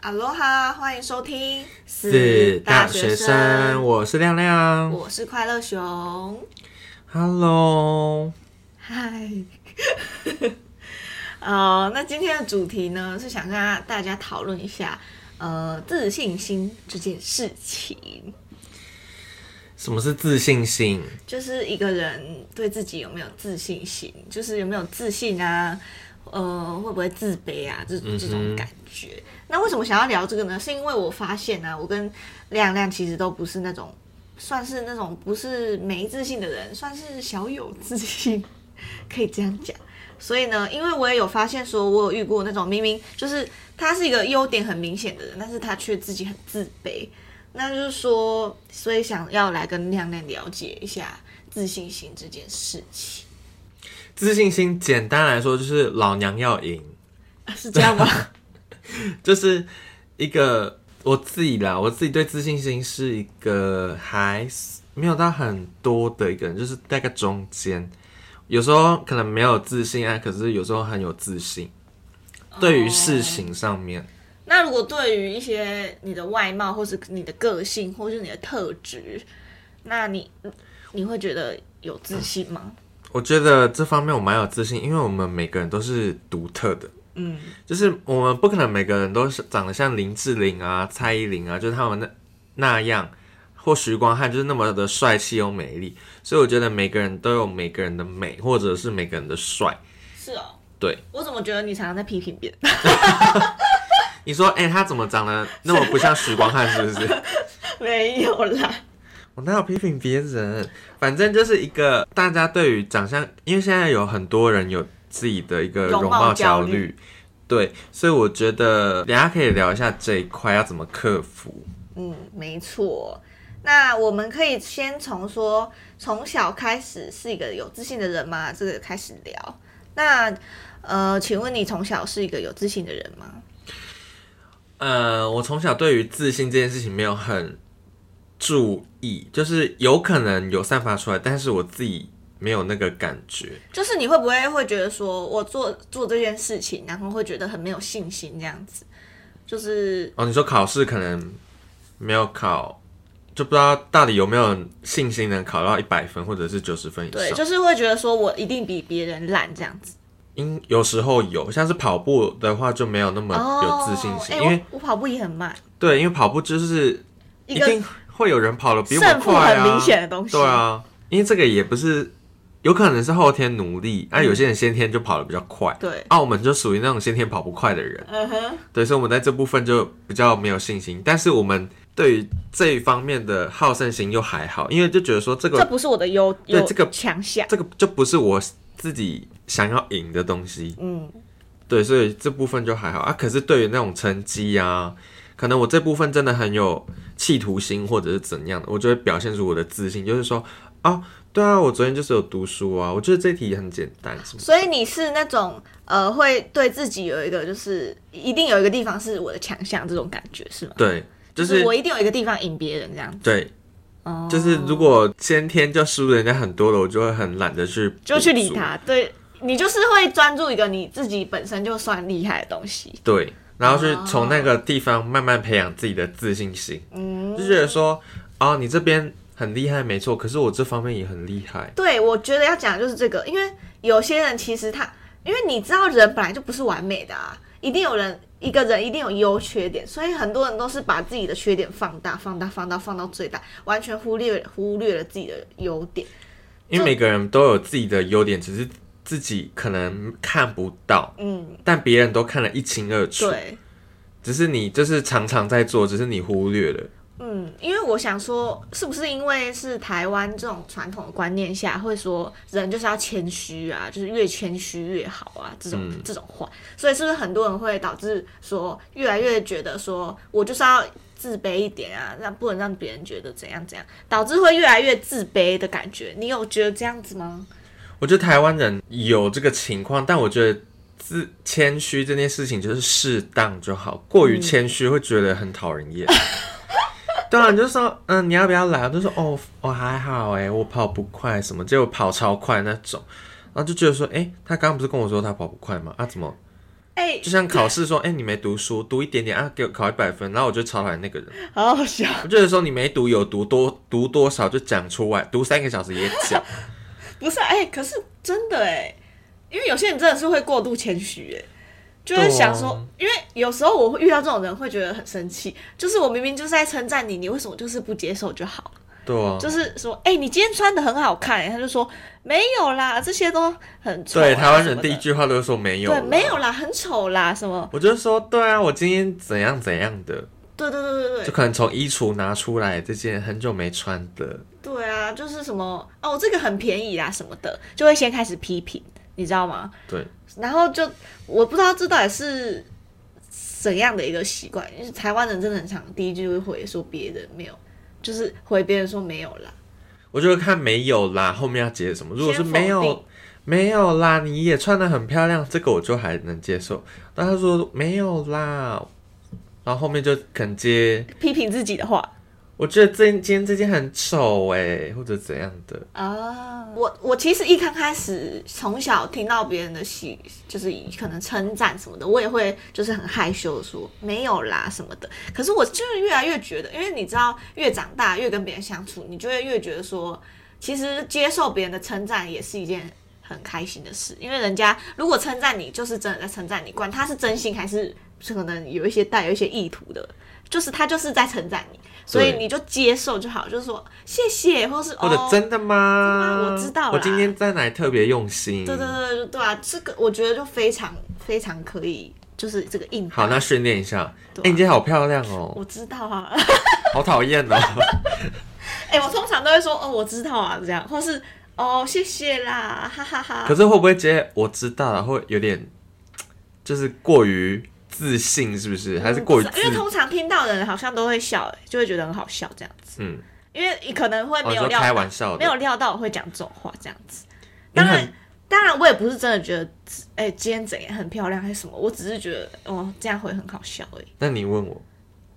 哈喽哈，欢迎收听，是大学生，我是亮亮。我是快乐熊。 Hello，嗨， 呃，那今天的主题呢，是想跟大大家讨论一下，呃，自信心这件事情，什么是自信心？就是一个人对自己有没有自信心，就是有没有自信啊，呃，会不会自卑啊，这这种感觉。那为什么想要聊这个呢？是因为我发现啊，我跟亮亮其实都不是那种。算是那种不是没自信的人，算是小有自信，可以这样讲。所以呢，因为我也有发现，说我有遇过那种明明就是他是一个优点很明显的人，但是他却自己很自卑。那就是说，所以想要来跟亮亮了解一下自信心这件事情，自信心简单来说就是老娘要赢，啊 是这样吗？就是一个我自己啦，我自己对自信心是一个还是没有到很多的一个人，就是大概中间，有时候可能没有自信啊，可是有时候很有自信，对于事情上面。 那如果对于一些你的外貌，或是你的个性，或是你的特质，那你你会觉得有自信吗？我觉得这方面我蛮有自信，因为我们每个人都是独特的，嗯，就是我们不可能每个人都是长得像林志玲啊、蔡依林啊，就是他们那那样，或许光汉就是那么的帅气又美丽，所以我觉得每个人都有每个人的美，或者是每个人的帅。是哦，对，我怎么觉得你常常在批评别人？ 你说，哎、他怎么长得那么不像许光汉，是不是？没有啦，我哪有批评别人？反正就是一个大家对于长相，因为现在有很多人有自己的一个容貌容貌焦焦虑，对，所以我觉得等一下可以聊一下这一块要怎么克服。嗯，没错。那我们可以先从说从小开始是一个有自信的人吗？这个开始聊。那呃，请问你从小是一个有自信的人吗？呃，我从小对于自信这件事情没有很注意，就是有可能有散发出来，但是我自己没有那个感觉。就是你会不会会觉得说我做做这件事情，然后会觉得很没有信心这样子？就是哦，你说考试可能没有考，就不知道到底有没有信心能考到一百分或者是九十分以上对，。就是会觉得说我一定比别人烂这样子。因有时候有，像是跑步的话就没有那么有自信心，哦哎因为我我跑步也很慢，对，因为跑步就是一一个定会有人跑得比我胜负快啊，很明显的东西对啊，因为这个也不是，有可能是后天努力，啊，有些人先天就跑得比较快，嗯对，澳门就属于那种先天跑不快的人，嗯哼，对，所以我们在这部分就比较没有信心，但是我们对于这一方面的好胜心又还好，因为就觉得说这这个不是我的优对优这个强项。这个就不是我自己想要赢的东西，嗯，对，所以这部分就还好啊。可是对于那种成绩啊，可能我这部分真的很有企图心，或者是怎样的，我就会表现出我的自信，就是说，哦，对啊，我昨天就是有读书啊，我觉得这题很简单，什么？所以你是那种呃，会对自己有一个就是一定有一个地方是我的强项这种感觉是吗？对，就就是是我一定有一个地方赢别人这样子，对，哦，就是如果先天就输人家很多了，我就会很懒得去就去补理足。他，对你就是会专注一个你自己本身就算厉害的东西，对，然后去哦从那个地方慢慢培养自己的自信心，嗯，就觉得说，哦，你这边很厉害，没错，可是我这方面也很厉害。对，我觉得要讲的就是这个，因为有些人其实他，因为你知道人本来就不是完美的啊，一定有人一个人一定有优缺点，所以很多人都是把自己的缺点放大、放大、放大、放到最大，完全忽略忽略了自己的优点。因为每个人都有自己的优点，只是自己可能看不到，嗯，但别人都看得一清二楚。对，只是你就是常常在做，只是你忽略了。嗯，因为我想说，是不是因为是台湾这种传统的观念下，会说人就是要谦虚啊，就是越谦虚越好啊，这种、这种话，所以是不是很多人会导致说越来越觉得说我就是要自卑一点啊，让不能让别人觉得怎样怎样，导致会越来越自卑的感觉？你有觉得这样子吗？我觉得台湾人有这个情况，但我觉得自 谦虚这件事情就是适当就好，过于谦虚会觉得很讨人厌。对啊，你就说，嗯，你要不要来？我就说，哦，我、还好哎、我跑不快什么，结果跑超快那种，然后就觉得说，哎、他刚刚不是跟我说他跑不快吗？啊，怎么哎、就像考试说，哎、你没读书，读一点点啊，给我考一百分，然后我就超讨厌那个人，好好笑。我觉得说你没读有读多读多少就讲出来，读三个小时也讲，不是哎、可是真的哎、因为有些人真的是会过度谦虚哎，就会想说，因啊为有时候我会遇到这种人，会觉得很生气，就是我明明就是在称赞你，你为什么就是不接受就好？对啊，就是说，哎、你今天穿的很好看、哎他就说没有啦，这些都很丑、啊。对，台湾人第地一句话都是说没有，对，没有。啦，很丑啦，什么？我就说，对啊，我今天怎样怎样的，对对对对就对，可能从衣橱拿出来这件很久没穿的，对啊，就是什么哦，这个很便宜啦，什么的，就会先开始批评，你知道吗？对，然后就我不知道这到底是怎样的一个习惯，因为台湾人真的很常第一句会回说别人没有，就是回别人说没有啦，我就看没有啦，后面要接什么。如果是先否没有定，没有啦，你也穿的很漂亮，这个我就还能接受。但他说没有啦，然后后面就肯接，批评自己的话我觉得这今天这件很丑哎、或者怎样的。啊。我我其实一刚开始从小听到别人的喜，就是可能称赞什么的，我也会就是很害羞地说没有啦什么的。可是我就是越来越觉得，因为你知道，越长大越跟别人相处，你就会越觉得说，其实接受别人的称赞也是一件很开心的事，因为人家如果称赞你，就是真的在称赞你，管他是真心还是是可能有一些带有一些意图的，就是他就是在称赞你，所以对你就接受就好，就是说谢谢，或是或者哦，真的吗？真的吗我知道啦我今天在哪里特别用心。对对对对对啊，这个我觉得就非常非常可以，就是这个应答好，那训练一下。哎、对啊你今天好漂亮哦，我知道啊，好讨厌 哦。哎、我通常都会说哦，我知道啊，这样，或是哦，谢谢啦，哈哈哈可是会不会接我知道了，会有点就是过于自信，是不是？还是过于嗯自因为通常听到的人好像都会笑、哎就会觉得很好笑这样子，嗯，因为你可能会哦，没你有说料开到，玩笑的，没有料到我会讲这种话这样子。因当为很然，当然我也不是真的觉得，哎、今天怎样很漂亮还是什么，我只是觉得哦，这样会很好笑而已。那你问我，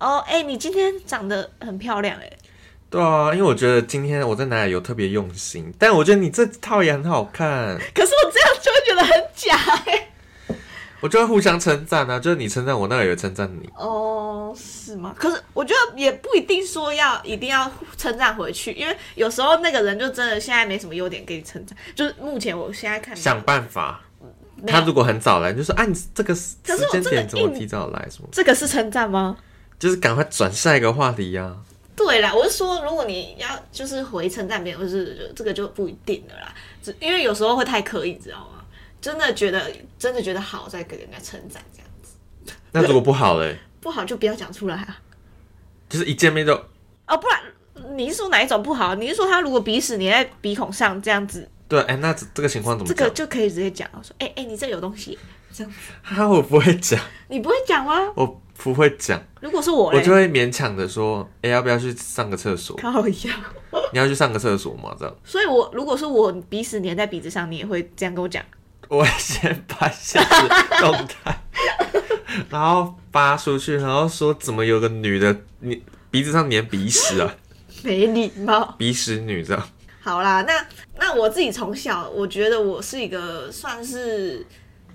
哦，哎、你今天长得很漂亮、哎，对啊，因为我觉得今天我在哪里有特别用心，但我觉得你这套也很好看，可是我这样就会觉得很假、哎。我就会互相称赞啊，就是你称赞我，那我也称赞你。 哦，是吗？可是我觉得也不一定说要一定要称赞回去，因为有时候那个人就真的现在没什么优点给你称赞，就是目前我现在看想办法，没有他如果很早来，你就说啊，你这个时可是我间点真的怎么硬提早来，什么这个是称赞吗？就是赶快转下一个话题啊呀、对啦，我是说，如果你要就是回称赞别人，就是就这个就不一定了啦，只因为有时候会太刻意，知道吗？真的觉得真的觉得好，再给人家称赞这样，那如果不好嘞，不好就不要讲出来啊！就是一见面就哦，不然你是说哪一种不好？你是说他如果鼻屎粘在鼻孔上这样子，对，哎、那这这个情况怎么这个讲？就可以直接讲了，说哎哎、你这有东西，这样子哈，我不会讲，你不会讲吗？我不会讲，如果是我我嘞就，会勉强的说，哎、要不要去上个 厕所？刚好一样。你要去上个厕所吗？这样，所以我如果是我鼻屎粘在鼻子上，你也会这样跟我讲？我会先把现实动态， 然后发出去，然后说怎么有个女的，你鼻子上粘鼻屎啊， 没礼貌。鼻屎女这样。好啦，那那我自己从小，我觉得我是一个算是，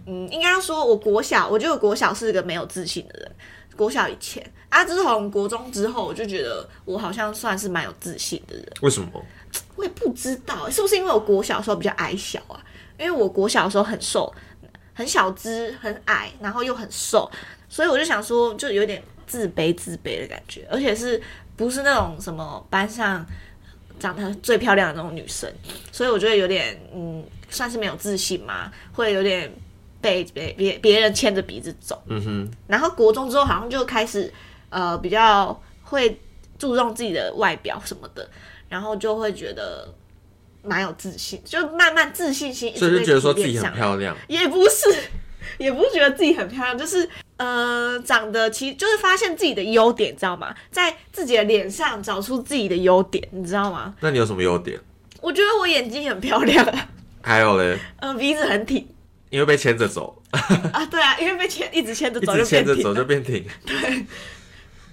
嗯，应该要说，我国小，我觉得我国小是一个没有自信的人。国小以前啊，自从国中之后，我就觉得我好像算是蛮有自信的人。为什么？我也不知道是不是因为我国小的时候比较矮小啊，因为我国小的时候很瘦，很小只，很矮，然后又很瘦，所以我就想说，就有点自卑自卑的感觉，而且是不是那种什么班上长得最漂亮的那种女生，所以我觉得有点嗯，算是没有自信嘛，会有点被别别别人牵着鼻子走。嗯哼，然后国中之后好像就开始呃比较会注重自己的外表什么的，然后就会觉得蛮有自信，就慢慢自信心一所直以被就觉得说提自炼己上很来漂亮，也不是， 也不是觉得自己很漂亮，就是呃，长得其实就是发现自己的优点，知道吗？在自己的脸上找出自己的优点，你知道吗？那你有什么优点？我觉得我眼睛很漂亮， 还有嘞，呃，鼻子很挺你会被牵着走，啊，对啊，因为被牵一直牵着一走就直牵变着挺走了，就变挺。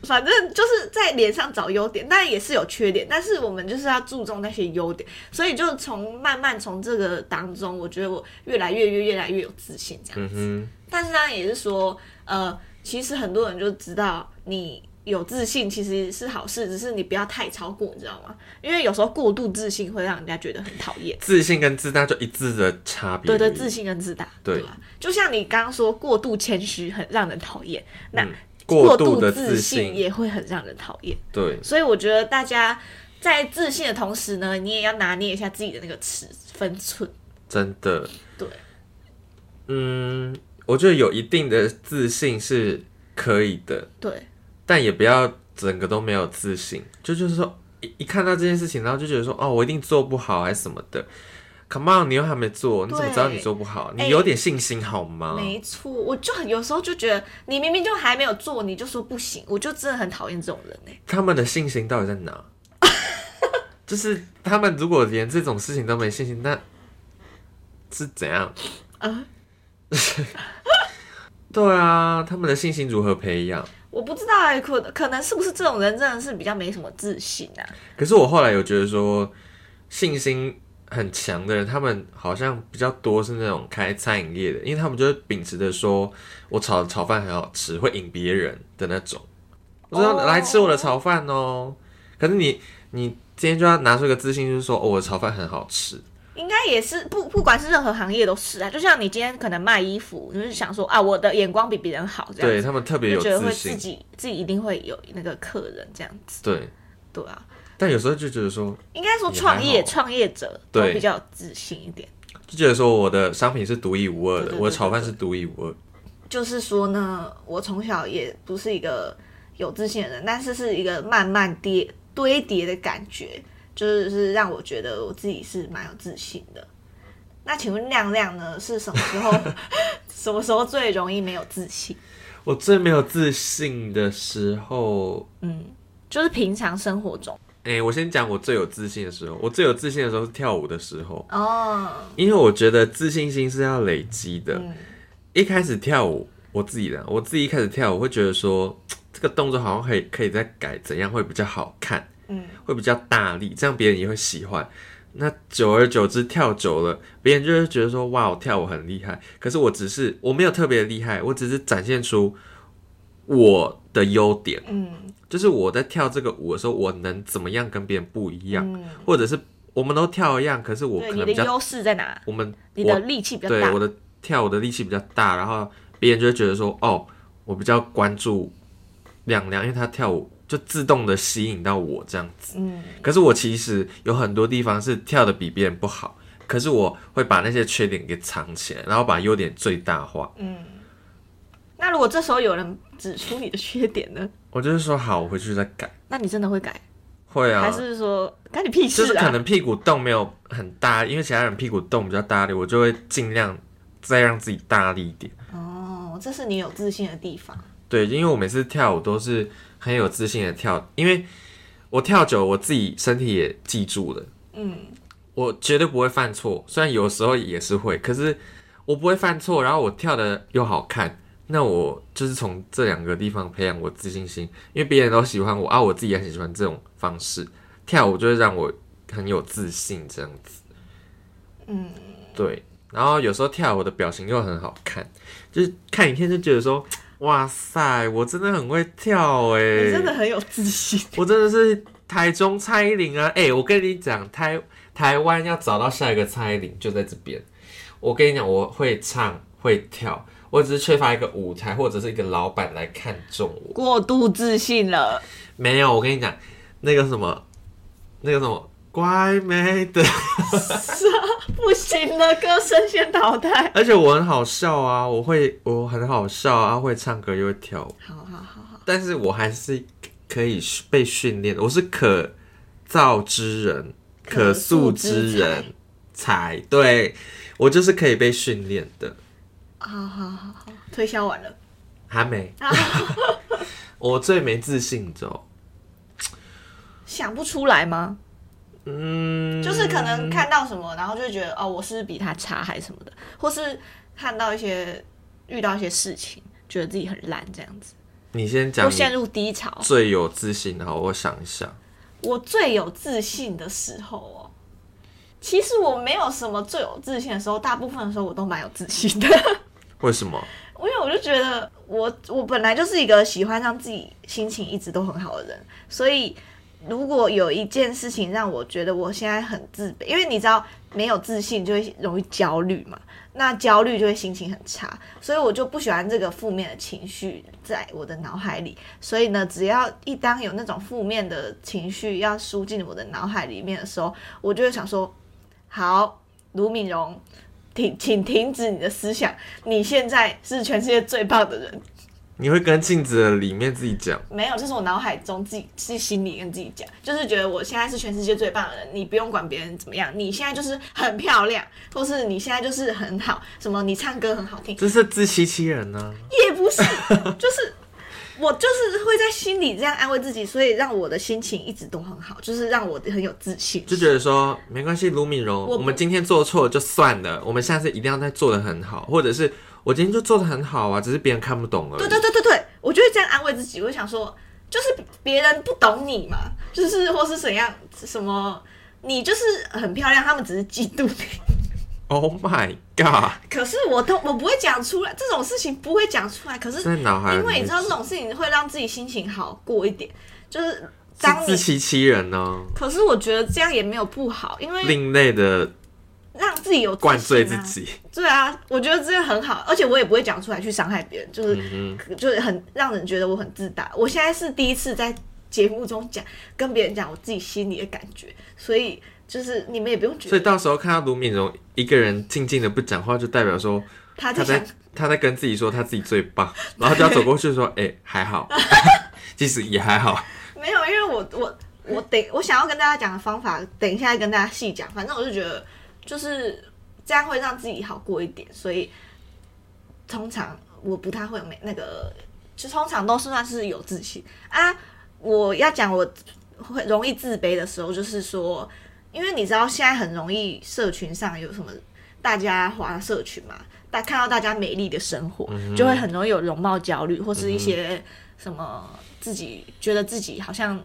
反正就是在脸上找优点，但也是有缺点，但是我们就是要注重那些优点，所以就从慢慢从这个当中，我觉得我越来越越越来越有自信这样。嗯哼，但是当然也是说，呃，其实很多人就知道你有自信其实是好事，只是你不要太超过，你知道吗？因为有时候过度自信会让人家觉得很讨厌。自信跟自大就一字的差别而对已。对，自信跟自大，对吧？就像你刚刚说，过度谦虚很让人讨厌，那嗯过度的自自信也会很让人讨厌。对，所以我觉得大家在自信的同时呢，你也要拿捏一下自己的那个尺分寸。真的，对，嗯，我觉得有一定的自信是可以的，对，但也不要整个都没有自信，就就是说一一看到这件事情，然后就觉得说哦，我一定做不好还是什么的。Come on，你又还没做，你怎么知道你做不好？哎你有点信心好吗？没错，我就很有时候就觉得你明明就还没有做，你就说不行，我就真的很讨厌这种人哎、他们的信心到底在哪？ 就是他们如果连这种事情都没信心，那是怎样？啊 对啊，他们的信心如何培养？我不知道哎、可可能是不是这种人真的是比较没什么自信啊？可是我后来有觉得说，信心很强的人，他们好像比较多是那种开餐饮业的，因为他们就是秉持着说我炒的炒饭很好吃，会赢别人的那种。我说、哦来吃我的炒饭哦，可是你你今天就要拿出一个自信，就是说、哦、我的炒饭很好吃，应该也是不不管是任何行业都是啊，就像你今天可能卖衣服，你就是想说啊，我的眼光比别人好这对样子，他们特别有就觉得自会自信，己自己一定会有那个客人这样子，对。对啊，但有时候就觉得说，应该说也还创业好创业者都对比较有自信一点。就觉得说我的商品是独一无二的，对对对我的炒饭是独一无二。就是说呢，我从小也不是一个有自信的人，但是是一个慢慢叠堆叠的感觉，就是让我觉得我自己是蛮有自信的。那请问亮亮呢，是什么时 候什么时候最容易没有自信？我最没有自信的时候，就是平常生活中哎、我先讲我最有自信的时候。我最有自信的时候是跳舞的时候，哦，因为我觉得自信心是要累积的。嗯一开始跳舞，我自己的，我自己一开始跳舞会觉得说，这个动作好像可以可以再改，怎样会比较好看，嗯，会比较大力，这样别人也会喜欢。那久而久之跳久了，别人就会觉得说，哇，我跳舞很厉害。可是我只是我没有特别厉害，我只是展现出我的优点。嗯就是我在跳这个舞的时候，我能怎么样跟别人不一样，嗯，或者是我们都跳一样，可是我对，可你能的比较优势在哪？我们你的我力气比较对大我，的跳舞的力气比较大，然后别人就会觉得说哦，我比较关注亮亮，因为他跳舞就自动的吸引到我这样子。嗯，可是我其实有很多地方是跳的比别人不好，可是我会把那些缺点给藏起来，然后把优点最大化。那如果这时候有人指出你的缺点呢？我就是说好，我回去再改。那你真的会改，会啊，还是说干你屁事就啊？是可能屁股洞没有很大，因为其他人屁股洞比较大力，我就会尽量再让自己大力一点。哦，这是你有自信的地方。对，因为我每次跳舞都是很有自信的跳，因为我跳久，我自己身体也记住了，嗯，我绝对不会犯错。虽然有时候也是会，可是我不会犯错，然后我跳的又好看。那我就是从这两个地方培养我自信心，因为别人都喜欢我啊，我自己也很喜欢这种方式。跳舞就会让我很有自信，这样子。嗯，对。然后有时候跳舞的表情又很好看，就是看影片就觉得说，哇塞，我真的很会跳哎、你真的很有自信。我真的是台中蔡依林啊！哎、我跟你讲，台台湾要找到下一个蔡依林就在这边。我跟你讲，我会唱会跳，我只是缺乏一个舞台或者是一个老板来看中我。过度自信了，没有，我跟你讲，那个什么，那个什么，乖妹的，不行了，歌声先淘汰。而且我很好笑啊，我会我很好笑啊，会唱歌又会跳舞，好好好好，但是我还是可以被训练的，我是可造之人，可可塑塑之才之人才对，我就是可以被训练的，好好好好，推销完了。还没。 我最没自信的、哦，想不出来吗？嗯，就是可能看到什么，然后就觉得哦，我是不是比他差还是什么的，或是看到一些遇到一些事情，觉得自己很烂这样子。你先讲会你陷入低潮。最有自信的，好，我想一想。我最有自信的时候哦，其实我没有什么最有自信的时候，大部分的时候我都蛮有自信的，为什么？因为我就觉得我我本来就是一个喜欢让自己心情一直都很好的人，所以如果有一件事情让我觉得我现在很自卑，因为你知道没有自信就会容易焦虑嘛，那焦虑就会心情很差，所以我就不喜欢这个负面的情绪在我的脑海里。所以呢，只要一当有那种负面的情绪要输进我的脑海里面的时候，我就会想说：好，卢敏荣，停，请停止你的思想，你现在是全世界最棒的人。你会跟镜子的里面自己讲，没有，这是我脑海中自己自己心里跟自己讲，就是觉得我现在是全世界最棒的人，你不用管别人怎么样，你现在就是很漂亮，或是你现在就是很好，什么你唱歌很好听，这是自欺欺人啊呢、也不是， 就是我就是会在心里这样安慰自己，所以让我的心情一直都很好，就是让我很有自信。就觉得说没关系，卢敏荣，不我们今天做错就算了，我们下次一定要再做的很好，或者是我今天就做的很好啊，只是别人看不懂而已。对对对对对，我就会这样安慰自己，我就想说，就是别人不懂你嘛，就是或是怎样什么，你就是很漂亮，他们只是嫉妒你。 Oh my god！可是我都我不会讲出来，这种事情不会讲出来。可是在脑海里因面为你知道这种事情会让自己心情好过一点，就是当是你自。欺欺人呢、可是我觉得这样也没有不好，因为另类的让自己有自灌醉信自啊己。对啊，我觉得这个很好，而且我也不会讲出来去伤害别人，就是、就是很让人觉得我很自大。我现在是第一次在节目中讲跟别人讲我自己心里的感觉，所以就是啊你们也不用觉所以得到时候看到卢敏荣一个人静静的不讲话，就代表说他他在想在他在跟自己说他自己最棒， 然后就要走过去说：“哎、还好，其实也 还好。没有，因为我我我等我想要跟大家讲的方法，等一下跟大家细讲。反正我就觉得就是这样会让自己好过一点，所以通常我不太会有没那个，就通常都是算是有自信啊。我要讲我会容易自卑的时候，就是说，因为你知道现在很容易社群上有什么大家滑社群嘛，大看到大家美丽的生活，就会很容易有容貌焦虑，或是一些什么自己觉得自己好像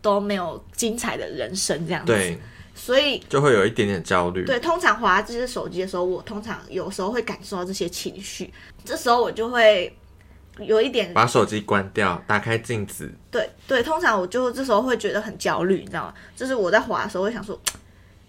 都没有精彩的人生这样”子。对，所以就会有一点点焦虑。对，通常滑这些手机的时候，我通常有时候会感受到这些情绪，这时候我就会有一点把手机关掉，打开镜子，对对，通常我就这时候会觉得很焦虑，你知道吗？就是我在滑的时候会想说，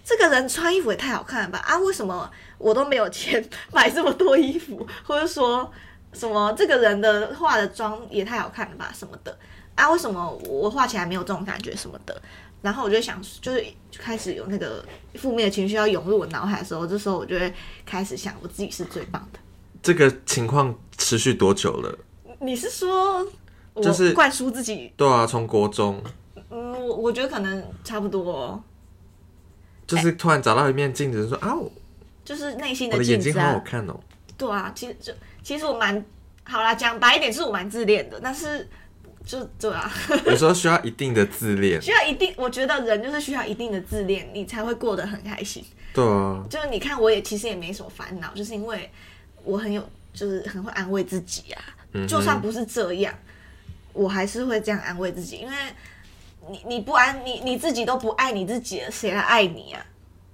这个人穿衣服也太好看了吧？啊，为什么我都没有钱 买这么多衣服？或者说什么这个人的化的妆也太好看了吧？什么的啊，为什么我化起来没有这种感觉什么的？然后我就想，就是就开始有那个负面的情绪要涌入我脑海的时候，这时候我就会开始想，我自己是最棒的。这个情况持续多久了？你是说我就是灌输自己？对啊，从国中嗯，我我觉得可能差不多、哦。就是突然找到一面镜子，说啊，我就是内心我的眼镜睛子好好啊。看哦。对啊，其实就其实我蛮好啦，讲白一点，就是我蛮自恋的，但是就对啊， 有时候需要一定的自恋。需要一定，我觉得人就是需要一定的自恋，你才会过得很开心。对啊，就是你看，我也其实也没什么烦恼，就是因为我很有，就是很会安慰自己啊。嗯就算不是这样，我还是会这样安慰自己，因为你你不安，你你自己都不爱你自己了，谁来爱你啊？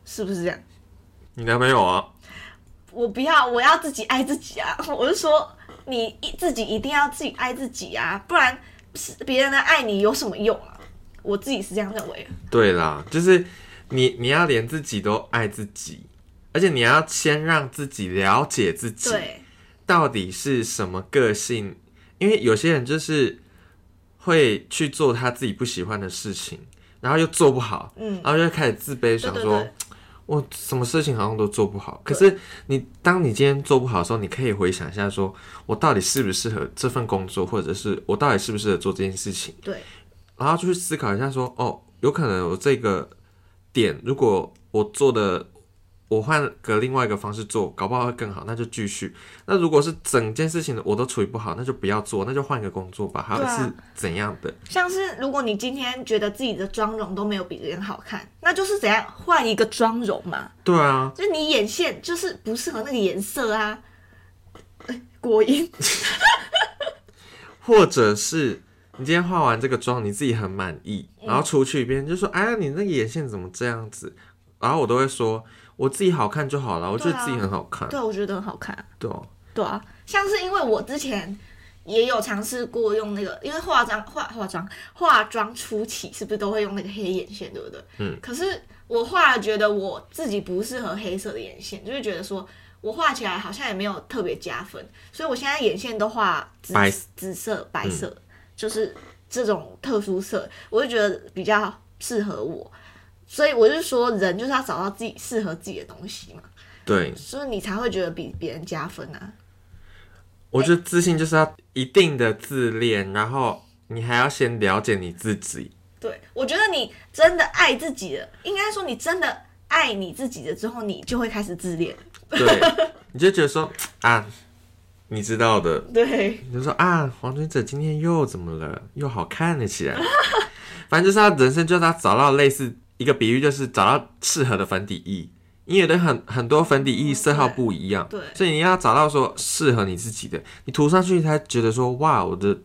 是不是这样？你男朋友啊？我不要，我要自己爱自己啊！ 我是说，你一自己一定要自己爱自己啊，不然是别人的爱你有什么用啊？我自己是这样认为的。对啦，就是你你要连自己都爱自己，而且你要先让自己了解自己对，到底是什么个性，因为有些人就是会去做他自己不喜欢的事情，然后又做不好，嗯，然后就会开始自卑，想对说对我什么事情好像都做不好。可是你当你今天做不好的时候，你可以回想一下说我到底适不适合这份工作，或者是我到底适不适合做这件事情。对，然后就去思考一下说，哦，有可能我这个点，如果我做的，我换个另外一个方式做，搞不好会更好，那就继续。那如果是整件事情我都处理不好，那就不要做，那就换一个工作吧，还对啊是怎样的？像是如果你今天觉得自己的妆容都没有比别人好看，那就是怎样换一个妆容嘛，对啊，就是你眼线就是不适合那个颜色啊。哎果音或者是你今天化完这个妆，你自己很满意，嗯然后出去别人就说：“哎呀，你那个眼线怎么这样子？”然后我都会说：“我自己好看就好了，我觉对啊得自己很好 看。对，我觉得很好看。对哦，对啊，像是因为我之前也有尝试过用那个，因为化妆化化妆化妆初期是不是都会用那个黑眼线，对不对？嗯。可是我画了，觉得我自己不适合黑色的眼线，就是觉得说我画起来好像也没有特别加分，所以我现在眼线都画紫白嗯紫色、白色，就是这种特殊色，我就觉得比较适合我。所以我就说，人就是要找到自己适合自己的东西嘛，对，所以你才会觉得比别人加分啊。我觉得自信就是要一定的自恋，然后你还要先了解你自己。对，我觉得你真的爱自己了，应该说你真的爱你自己了之后，你就会开始自恋。对，你就觉得说啊，你知道的，对，你就说啊，黄君哲今天又怎么了？又好看了起来。 反正就是他人生就是他找到类似一个比喻，就是找到适合的粉底液。因为有的很很多粉底液色号不一样，对所以你要找到说适合你自己的，你涂上去才觉得说哇，我的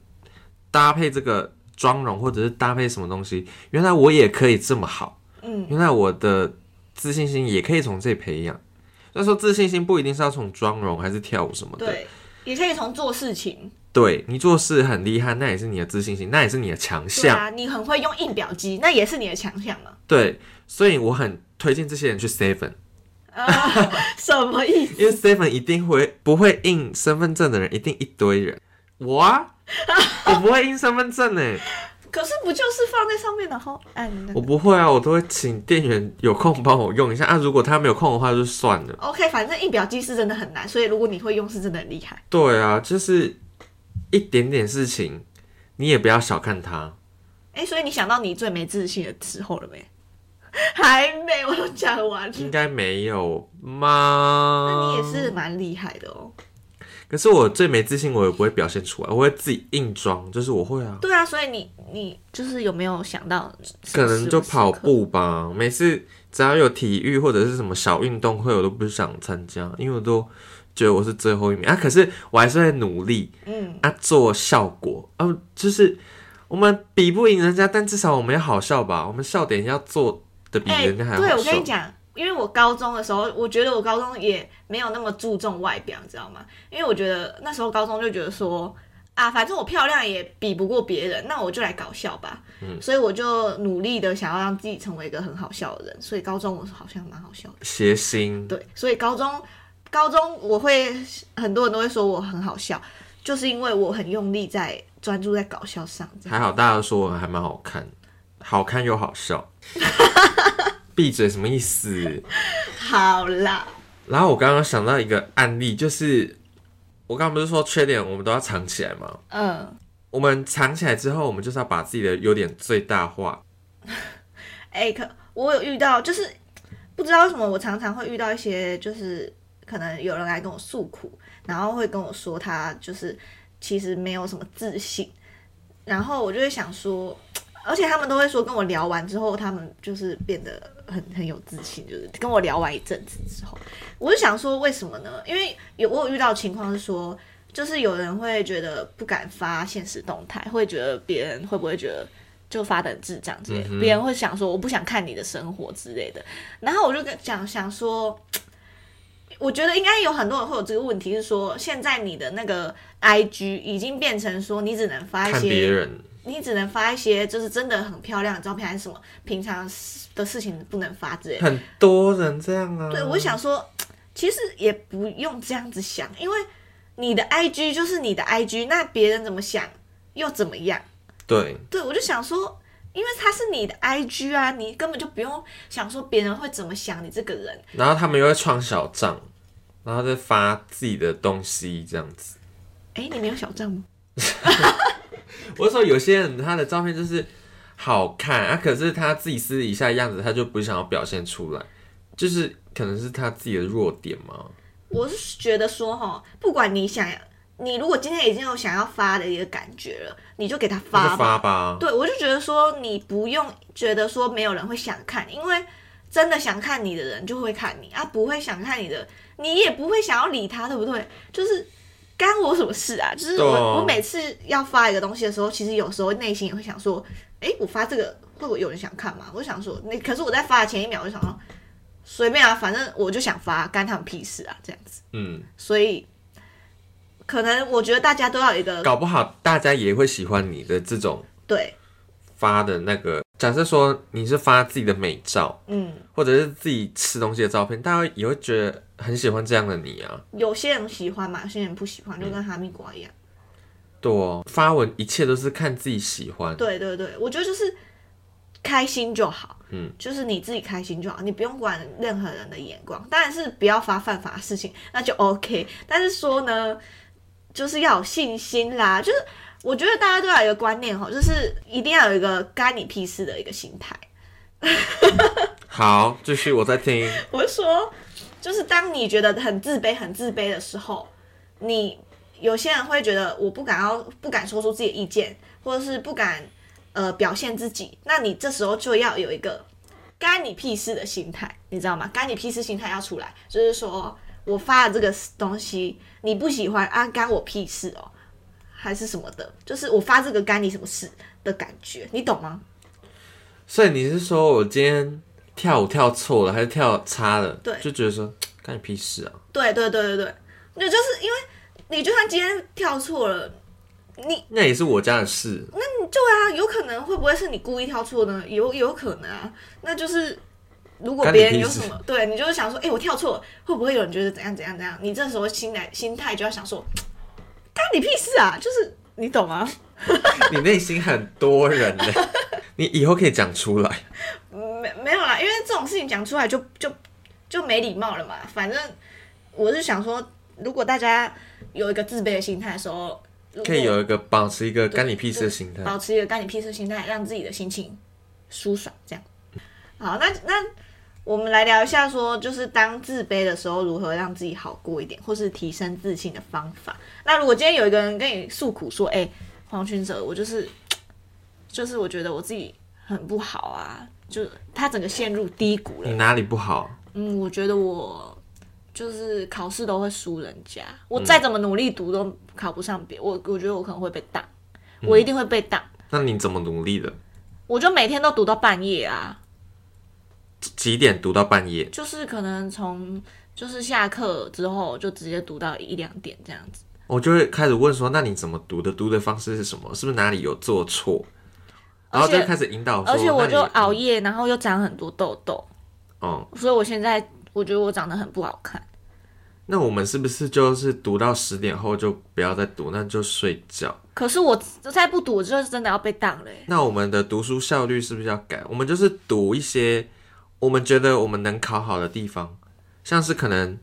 搭配这个妆容或者是搭配什么东西，原来我也可以这么好，嗯，原来我的自信心也可以从这里培养。所以说自信心不一定是要从妆容还是跳舞什么的，对，也可以从做事情。对你做事很厉害，那也是你的自信心，那也是你的强对项。啊，你很会用印表机，那也是你的强项啊嘛。对，所以我很推荐这些人去 Seven，什么意思？因为 Seven 一定会不会印身份证的人一定一堆人。我啊，我不会印身份证呢，可是不就是放在上面，然后按那我不会啊，我都会请店员有空帮我用一下啊。如果他没有空的话，就算了。 OK，反正印表机是真的很难，所以如果你会用，是真的很厉害。对啊，就是一点点事情，你也不要小看他。哎、所以你想到你最没自信的时候了没？ 还没，我都讲完了。应该没有吗？嗯那你也是蛮厉害的哦。可是我最没自信，我也不会表现出来，我会自己硬装，就是我会啊，对啊，所以你你就是有没有想到什可么时候时刻？能就跑步吧。每次只要有体育或者是什么小运动会，我都不想参加，因为我都觉得我是最后一名啊。可是我还是会努力嗯，啊，做效果啊，就是我们比不赢人家，但至少我们要好笑吧，我们笑点要做的比哎、人家还好笑。对我跟你讲，因为我高中的时候，我觉得我高中也没有那么注重外表，你知道吗？因为我觉得那时候高中就觉得说啊，反正我漂亮也比不过别人，那我就来搞笑吧。嗯，所以我就努力的想要让自己成为一个很好笑的人，所以高中我好像蛮好笑的。谐星，对，所以高中高中我会很多人都会说我很好笑，就是因为我很用力在专注在搞笑上，这样还好大家都说我还蛮好看，好看又好笑。 闭嘴，什么意思？好啦。然后我刚刚想到一个案例，就是我刚刚不是说缺点我们都要藏起来吗？嗯，我们藏起来之后，我们就是要把自己的优点最大化。哎、可我有遇到，就是不知道为什么我常常会遇到一些，就是可能有人来跟我诉苦，然后会跟我说他就是其实没有什么自信，然后我就会想说，而且他们都会说跟我聊完之后，他们就是变得很很有自信，就是跟我聊完一阵子之后，我就想说为什么呢？因为有我有遇到情况是说。就是有人会觉得不敢发现实动态，会觉得别人会不会觉得就发的智障之类的嗯，哼别、人会想说我不想看你的生活之类的。然后我就跟讲想说，我觉得应该有很多人会有这个问题，是说现在你的那个 IG 已经变成说你只能发一看些别人，你只能发一些就是真的很漂亮的照片，还是什么平常的事情不能发之类的。很多人这样啊。对，我想说，其实也不用这样子想，因为你的 IG 就是你的 IG，那别人怎么想又怎么样？对，对，我就想说，因为他是你的 IG 啊，你根本就不用想说别人会怎么想你这个人。然后他们又会创小账，然后再发自己的东西这样子。哎，你没有小账吗？我是说有些人他的照片就是好看啊，可是他自己私底下的样子，他就不想要表现出来，就是可能是他自己的弱点嘛。我是觉得说哈，不管你想，你如果今天已经有想要发的一个感觉了，你就给他那发就吧。发吧。对，我就觉得说你不用觉得说没有人会想看，因为真的想看你的人就会看你啊，不会想看你的，你也不会想要理他，对不对？就是干我什么事啊？就是对啊我我每次要发一个东西的时候，其实有时候内心也会想说，哎、我发这个会不会有人想看嘛？我就想说，那可是我在发的前一秒，我就想说随便啊，反正我就想发，干他们屁事啊，这样子。嗯，所以可能我觉得大家都要有一个搞不好大家也会喜欢你的这种对，发的那个。假设说你是发自己的美照，嗯，或者是自己吃东西的照片，大家也会觉得很喜欢这样的你啊。有些人喜欢嘛，有些人不喜欢，就跟哈密瓜一样。对哦，发文一切都是看自己喜欢。对对对，我觉得就是开心就好，嗯，就是你自己开心就好，你不用管任何人的眼光。当然是不要发犯法的事情，那就 OK。但是说呢，就是要有信心啦，就是我觉得大家都要有一个观念吼，就是一定要有一个干你屁事的一个心态。好，继续我在听。我是说，就是当你觉得很自卑、很自卑的时候，你有些人会觉得我不敢要、不敢说出自己的意见，或者是不敢呃表现自己，那你这时候就要有一个干你屁事的心态，你知道吗？干你屁事心态要出来，就是说我发的这个东西你不喜欢啊，干我屁事哦，还是什么的，就是我发这个干你什么事的感觉，你懂吗？所以你是说我今天跳舞跳错了，还是跳差了？对就觉得说干你屁事啊！对对对对对，那就是因为你就算今天跳错了，你那也是我家的事。啊有可能会不会是你故意跳错呢？有有可能啊，那就是如果干你别人屁有事什么，对你就是想说，哎、我跳错了，会不会有人觉得怎样怎样怎样？你这时候心来心态就要想说，干你屁事啊！就是你懂吗？你内心很多人呢，你以后可以讲出来。没没有啦，因为这种事情讲出来就就就没礼貌了嘛。反正我是想说，如果大家有一个自卑的心态的时候，如可以果有一个保持一个干你屁事的心态。保持一个干你屁事心态，让自己的心情舒爽，这样。好，那那我们来聊一下说，就是当自卑的时候，如何让自己好过一点，或是提升自信的方法。那如果今天有一个人跟你诉苦说，哎、黄群哲，我就是就是我觉得我自己很不好啊，就他整个陷入低谷了你。哪里不好？嗯，我觉得我就是考试都会输人家，我再怎么努力读都考不上别我，我觉得我可能会被当，我一定会被当。那你怎么努力的？我就每天都读到半夜啊，几几点读到半夜？就是可能从就是下课之后就直接读到一两点这样子。我就会开始问说，那你怎么读的？读的方式是什么？是不是哪里有做错？然后而且就开始引导说，而且哦我就那你熬。夜，然后又长很多痘痘，哦、所以我现在我觉得我长得很不好看。那我们是不是就是读到十点后就不要再读，那就睡觉？可是我再不读，我就是真的要被当嘞、那我们的读书效率是不是要改？我们就是读一些我们觉得我们能考好的地方，像是可能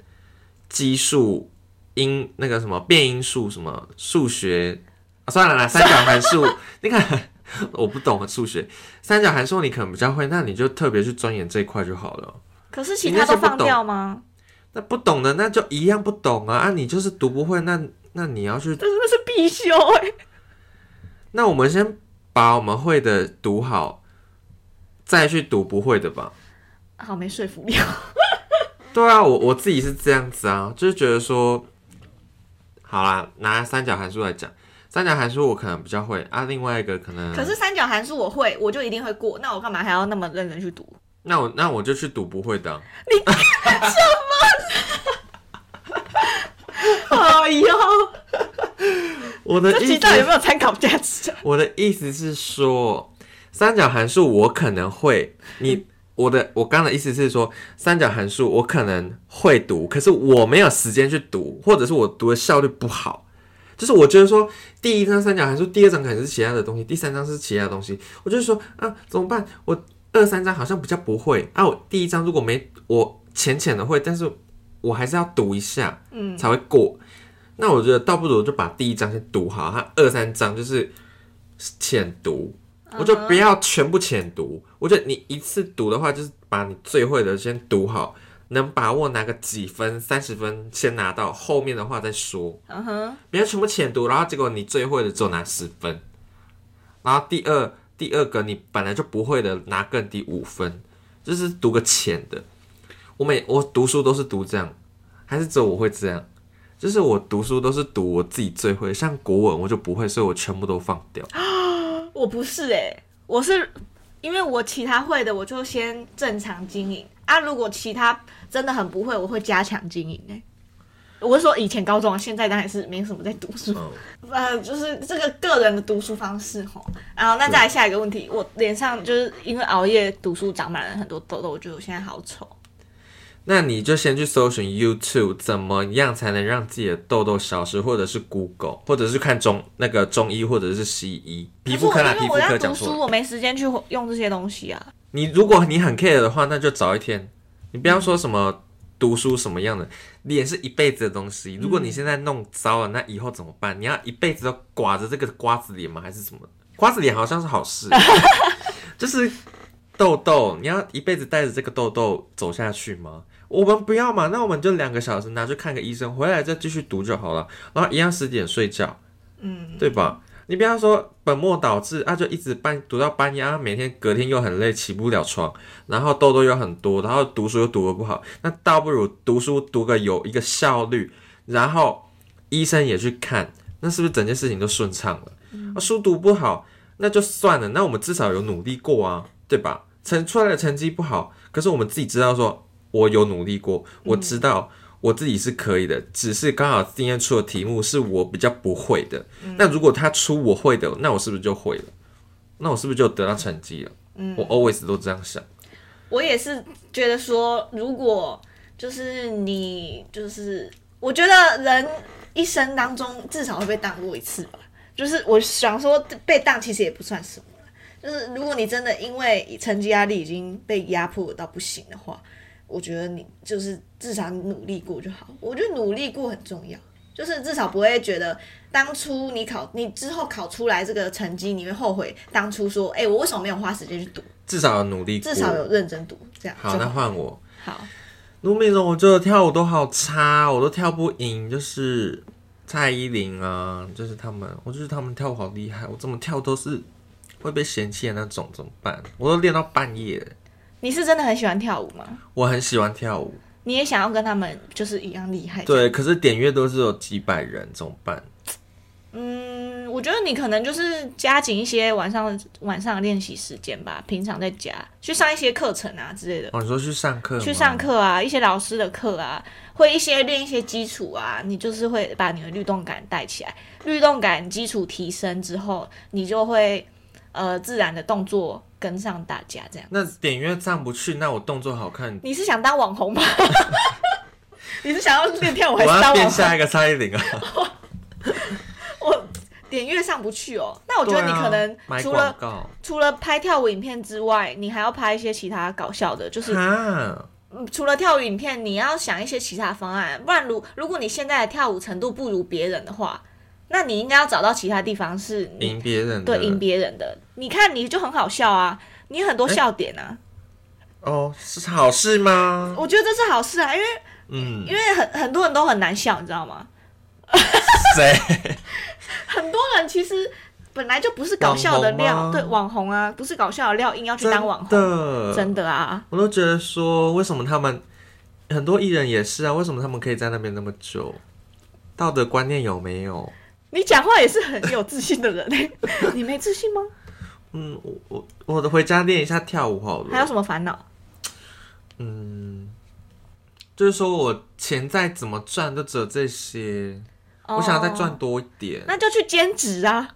基数、因那个什么变因数、什么数学啊，算了啦，三角函数，你看 我不懂数学，三角函数你可能比较会，那你就特别去钻研这一块就好了。可是其他都放掉吗？那不懂的那就一样不懂啊，啊，你就是读不会，那那你要去这真的是必修哎、那我们先把我们会的读好，再去读不会的吧。好没说服力。对啊，我我自己是这样子啊，就是觉得说，好啦，拿三角函数来讲，三角函数我可能比较会啊，另外一个可能，可是三角函数我会，我就一定会过，那我干嘛还要那么认真去读？那我那我就去读不会的啊、 哎呦，我的 这意集到底有思，没有参考价值啊？ 我的意思是说，三角函数我可能会，你我的我刚的意思是说，三角函数我可能会读，可是我没有时间去读，或者是我读的效率不好。就是我觉得说，第一张三角函数，第二张可能是其他的东西，第三张是其他的东西。我就说啊，怎么办？我二三张好像比较不会啊。我第一张如果没我浅浅的会，但是我还是要读一下，嗯，才会过。那我觉得倒不如就把第一张先读好，它二三张就是浅读，我就不要全部浅读。我觉得你一次读的话，就是把你最会的先读好，能把握拿个几分、三十分先拿到，后面的话再说。嗯哼，不要全部浅读，然后结果你最会的只有拿十分，然后第二第二个你本来就不会的拿更低五分，就是读个浅的。我每我读书都是读这样，还是只有我会这样？就是我读书都是读我自己最会，像国文我就不会，所以我全部都放掉。我不是哎、我是因为我其他会的我就先正常经营啊，如果其他真的很不会，我会加强经营哎、我是说以前高中，啊现在当然是没什么在读书，嗯呃，就是这个个人的读书方式吼。然后那再来下一个问题，我脸上就是因为熬夜读书长满了很多痘痘，我觉得我现在好丑。那你就先去搜寻 YouTube 怎么样才能让自己的痘痘消失，或者是 Google，或者是看中那个中医或者是西医皮肤科啦，可是皮肤我因为科我在讲读错书，了。我没时间去用这些东西啊。你如果你很 care 的话，那就早一天，你不要说什么读书什么样的，脸是一辈子的东西。如果你现在弄糟了，那以后怎么办？你要一辈子都刮着这个瓜子脸吗？还是什么？瓜子脸好像是好事， 就是痘痘，你要一辈子带着这个痘痘走下去吗？我们不要嘛，那我们就两个小时拿去看个医生，回来再继续读就好了，然后一样十点睡觉，嗯，对吧？你不要说本末倒置啊，就一直半读到半夜啊，每天隔天又很累，起不了床，然后痘痘又很多，然后读书又读得不好，那倒不如读书读个有一个效率，然后医生也去看，那是不是整件事情就顺畅了？啊，书读不好那就算了，那我们至少有努力过啊，对吧？成出来的成绩不好，可是我们自己知道说，我有努力过，我知道我自己是可以的，只是刚好今天出的题目是我比较不会的。嗯那如果他出我会的，那我是不是就会了？那我是不是就得到成绩了？嗯我 always 都这样想。我也是觉得说，如果就是你就是，我觉得人一生当中至少会被当过一次吧。就是我想说，被当其实也不算什么啦。就是如果你真的因为成绩压力已经被压迫到不行的话，我觉得你就是至少你努力过就好。我觉得努力过很重要，就是至少不会觉得当初你考你之后考出来这个成绩，你会后悔当初说，哎、我为什么没有花时间去读？至少有努力过。至少有认真读，这样好，就那换我。好，卢敏荣，我觉得跳舞都好差，我都跳不赢，就是蔡依林啊，就是他们，我就是他们跳舞好厉害，我怎么跳都是会被嫌弃的那种，怎么办？我都练到半夜了，你是真的很喜欢跳舞吗？我很喜欢跳舞，你也想要跟他们就是一样厉害？，对，可是点阅都是有几百人，怎么办？嗯，我觉得你可能就是加紧一些晚上晚上的练习时间吧，平常在家去上一些课程啊之类的，哦，你说去上课？去上。课啊，一些老师的课啊，会一些练一些基础啊，你就是会把你的律动感带起来，律动感基础提升之后，你就会呃自然的动作跟上大家这样。那点阅上不去，那我动作好看，你是想当网 红吗？你是想要练跳舞我还是当要变网红？下一个蔡依林啊！我点阅上不去哦。那我觉得你对啊可能买除了、广告除了拍跳舞影片之外，你还要拍一些其他搞笑的，就是、 啊，嗯除了跳舞影片，你要想一些其他方案。不然如如果你现在的跳舞程度不如别人的话，那你应该要找到其他地方是你赢别人的对赢别人的。你看你就很好笑啊，你有很多哎笑点啊，哦，是好事吗？我觉得这是好事啊，因为 嗯，因为很很多人都很难笑，你知道吗？谁？很多人其实本来就不是搞笑的料，网红吗对网红啊，不是搞笑的料，硬要去真当网红，的，真的啊，我都觉得说，为什么他们很多艺人也是啊？为什么他们可以在那边那么久？道德观念有没有？你讲话也是很有自信的人、 欸，你没自信吗？嗯，我我我的回家练一下跳舞好还有了。什么烦恼？就是说我钱再怎么赚，都只有这些。我想要再赚哦，多一点。那就去兼职啊，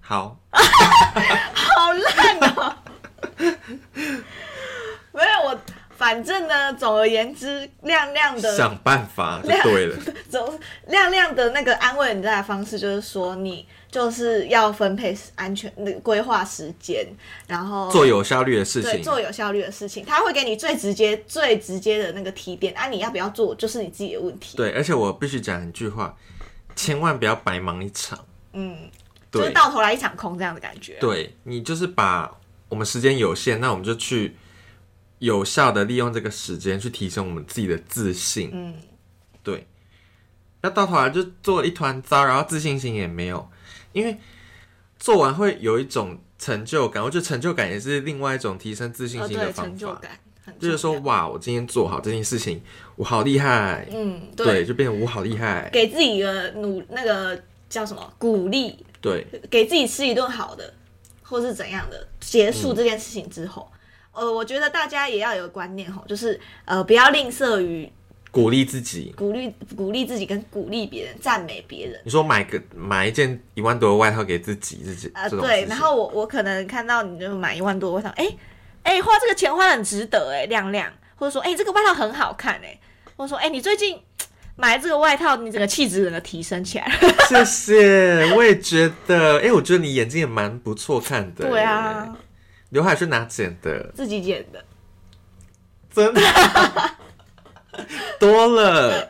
好，好烂哦、 没有我，反正呢，总而言之，亮亮的想办法就对了。 走亮亮的那个安慰人家的方式，就是说你就是要分配安全、那个规划时间，然后做有效率的事对情，做有效率的事情，他会给你最直接、最直接的那个提点啊，你要不要做就是你自己的问题，对，而且我必须讲一句话，千万不要白忙一场。嗯，就对是，到头来一场空这样的感觉。对你就是把我们时间有限，那我们就去有效的利用这个时间去提升我们自己的自信。嗯，对。那到头来就做了一团糟，然后自信心也没有，因为做完会有一种成就感，我觉得成就感也是另外一种提升自信哦心的对，方成就法。感很就是说哇，我今天做好这件事情，我好厉害，嗯，对，对，就变成我好厉害，给自己的努那个叫什么鼓励，对，给自己吃一顿好的，或是怎样的，结嗯束这件事情之后，呃，我觉得大家也要有个观念吼，就是呃，不要吝啬于鼓励自己。鼓励鼓励自己跟鼓励别人、赞美别人。你说买个买一件一万多的外套给自己，自己呃，这种对，事情然后我我可能看到你就买一万多，我想，哎、哎、花这个钱花很值得哎、亮亮，或者说，哎、这个外套很好看哎、或者说，哎、你最近买这个外套，你整个气质整个提升起来了。 谢谢，我也觉得，哎、我觉得你眼睛也蛮不错看的，对啊，，刘海是哪剪的？自己剪的，真的 多了，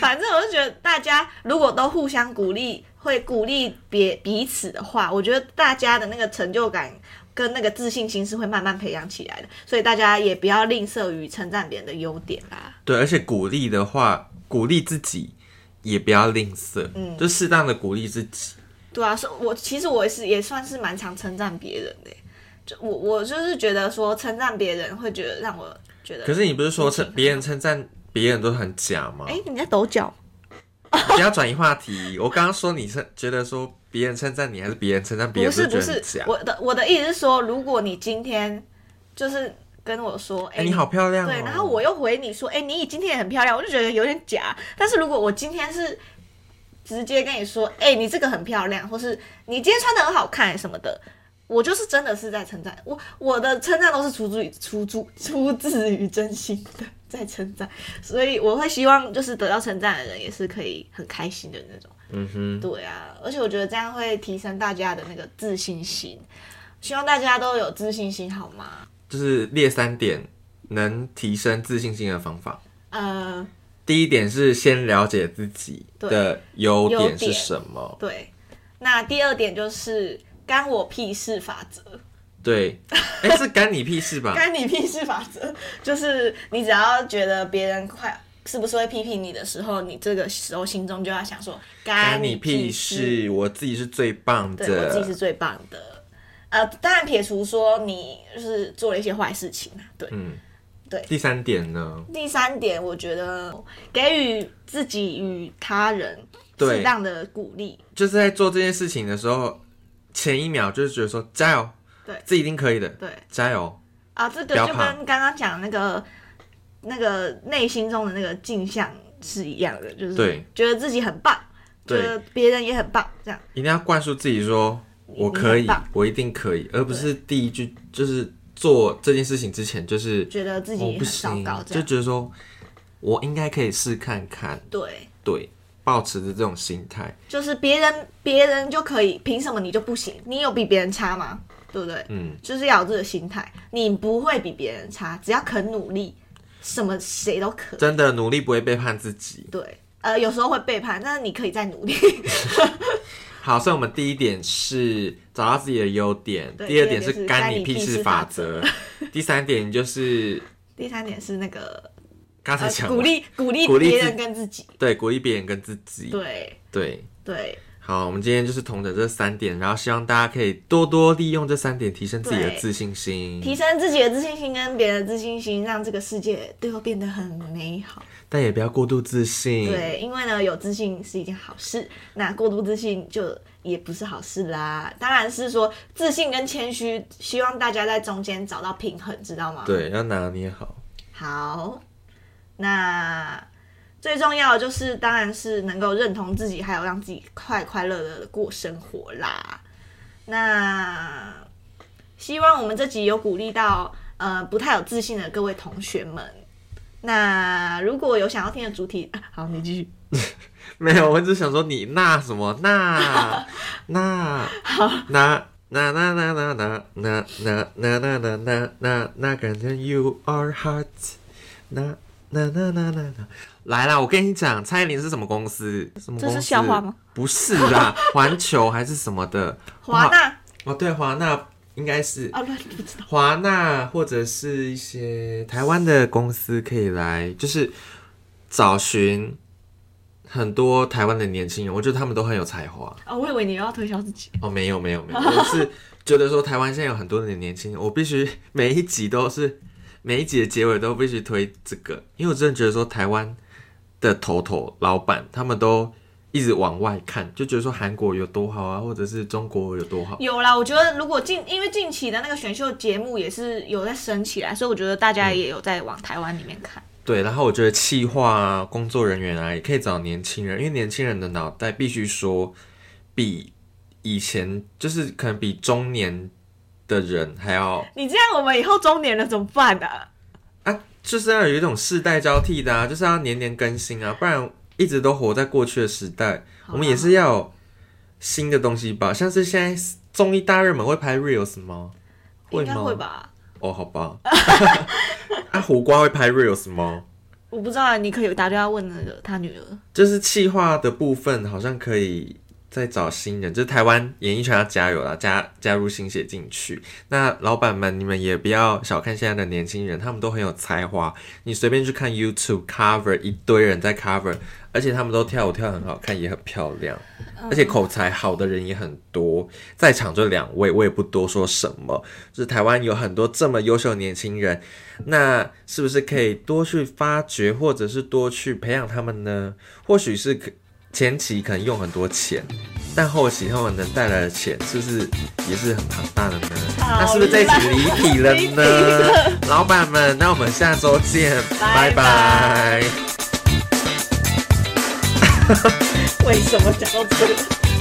反正我就觉得大家如果都互相鼓励，会鼓励别彼此的话，我觉得大家的那个成就感。跟那个自信心是会慢慢培养起来的，所以大家也不要吝啬于称赞别人的优点啦。对，而且鼓励的话，鼓励自己也不要吝啬，嗯，就适当的鼓励自己，对啊，是我其实我也是也算是蛮常称赞别人的耶，就我我就是觉得说称赞别人会觉得让我觉得，可是你不是说心情称别人称赞别人都很假吗？哎、你在抖脚，不要转移话题。我刚刚说你是觉得说别人称赞你，还是别人称赞别不人是都觉不得很是假，？我的我的意思是说，如果你今天就是跟我说，哎、哎、你好漂亮、哦。对，然后我又回你说，哎、你今天也很漂亮，我就觉得有点假。但是如果我今天是直接跟你说，哎、你这个很漂亮，或是你今天穿的很好看什么的，我就是真的是在称赞。我我的称赞都是出自于出自出自于真心的 在称赞，所以我会希望就是得到称赞的人也是可以很开心的那种。嗯哼，对啊，而且我觉得这样会提升大家的那个自信心。希望大家都有自信心，好吗？就是列三点能提升自信心的方法。呃，第一点是先了解自己的优点是什么，对，那第二点就是干我屁事法则，对， 哎、是干你屁事吧？干你屁事法则，就是你只要觉得别人快是不是会批评你的时候，你这个时候心中就要想说干干你屁屁，事，我自己是最棒对我自己的是。最棒的。呃，当然撇除说你就是做了一些坏事情啊，对。嗯，对第三点呢？第三点，我觉得给予自己与他人对适当的鼓励，就是在做这件事情的时候，前一秒就是觉得说加油，对自己一定可以的，对，加油。啊，这个不要就跟怕刚刚讲那个那个内心中的那个镜像是一样的，就是对觉得自己很棒，觉对得别人也很棒，这样一定要灌输自己说我可你很以棒，我一定可以，而不是第一句就是做这件事情之前就是觉得自我己不很糟行糕，，这就样觉得说我应该可以试看看，对，对，保持着这种心态，就是别人别人就可以，凭什么你就不行？你有比别人差吗？对不对？嗯，就是要有这个心态，你不会比别人差，只要肯努力，什么谁都可以。真的努力不会背叛自己。对，呃，有时候会背叛，但是你可以再努力。 好，所以我们第一点是找到自己的优点，对第二第二点点是是干干你你屁屁事事法法则， 第三点就是第三点是那个刚才呃讲鼓的，励鼓励鼓励别自人跟自己，对，鼓励别人跟自己，对。对。对好，我们今天就是同着这三点，然后希望大家可以多多利用这三点提升自己的对自信心，提升自己的自信心跟别人的自信心，让这个世界最后变得很美好。但也不要过度自信。，对，因为呢，有自信是一件好事，那过度自信就也不是好事啦。当然是说自信跟谦虚，希望大家在中间找到平衡，知道吗？，对，要拿捏好。好，那最重要的就是，当然是能够认同自己，还有让自己快快乐乐的过生活啦。那希望我们这集有鼓励到呃不太有自信的各位同学们。那如果有想要听的主题，啊好，你继续。没有，我只想说你那什 么那那那那那那那那那那那那那那那那感觉 you are hot 那那那那那那来啦！我跟你讲，蔡依林是什么公司？什么这公是司？笑话吗？不是啦，环球还是什么的？华纳哦，对，华纳应该是啊，乱不知道。华纳或者是一些台湾的公司可以来，就是找寻很多台湾的年轻人，我觉得他们都很有才华。哦，我以为你又要推销自己。哦，没有没有没有，我是觉得说台湾现在有很多的年轻人，我必须每一集都是每一集的结尾都必须推这个，因为我真的觉得说台湾的头头老板他们都一直往外看，就觉得说韩国有多好啊，或者是中国有多好。啊有啦，我觉得如果近，因为近期的那个选秀节目也是有在升起来，所以我觉得大家也有在往台湾里面看。对，然后我觉得企划啊、工作人员啊，也可以找年轻人，因为年轻人的脑袋必须说比以前就是可能比中年的人还要你这样，我们以后中年了怎么办啊？啊，就是要有一种世代交替的啊，就是要年年更新啊，不然一直都活在过去的时代，啊我们也是要有新的东西吧。像是现在综艺大热门会拍 reels 吗？应该吗？会吧？哦，好吧。 啊，胡瓜会拍 reels 吗？我不知道，啊你可以打电话问那个他女儿。就是企划的部分，好像可以再找新人，就是台湾演艺圈要加油啦，加加入新血进去。那老板们，你们也不要小看现在的年轻人，他们都很有才华。你随便去看 YouTube cover，一堆人在 cover，而且他们都跳舞跳得很好看，也很漂亮，而且口才好的人也很多。在场这两位，我也不多说什么。就是台湾有很多这么优秀的年轻人，那是不是可以多去发掘，或者是多去培养他们呢？或许是可前期可能用很多钱，但后期他们能带来的钱是不是也是很庞大的呢？好那是不是这一集离题 了离题呢？老板们，那我们下周见，拜拜拜为什么讲到这个？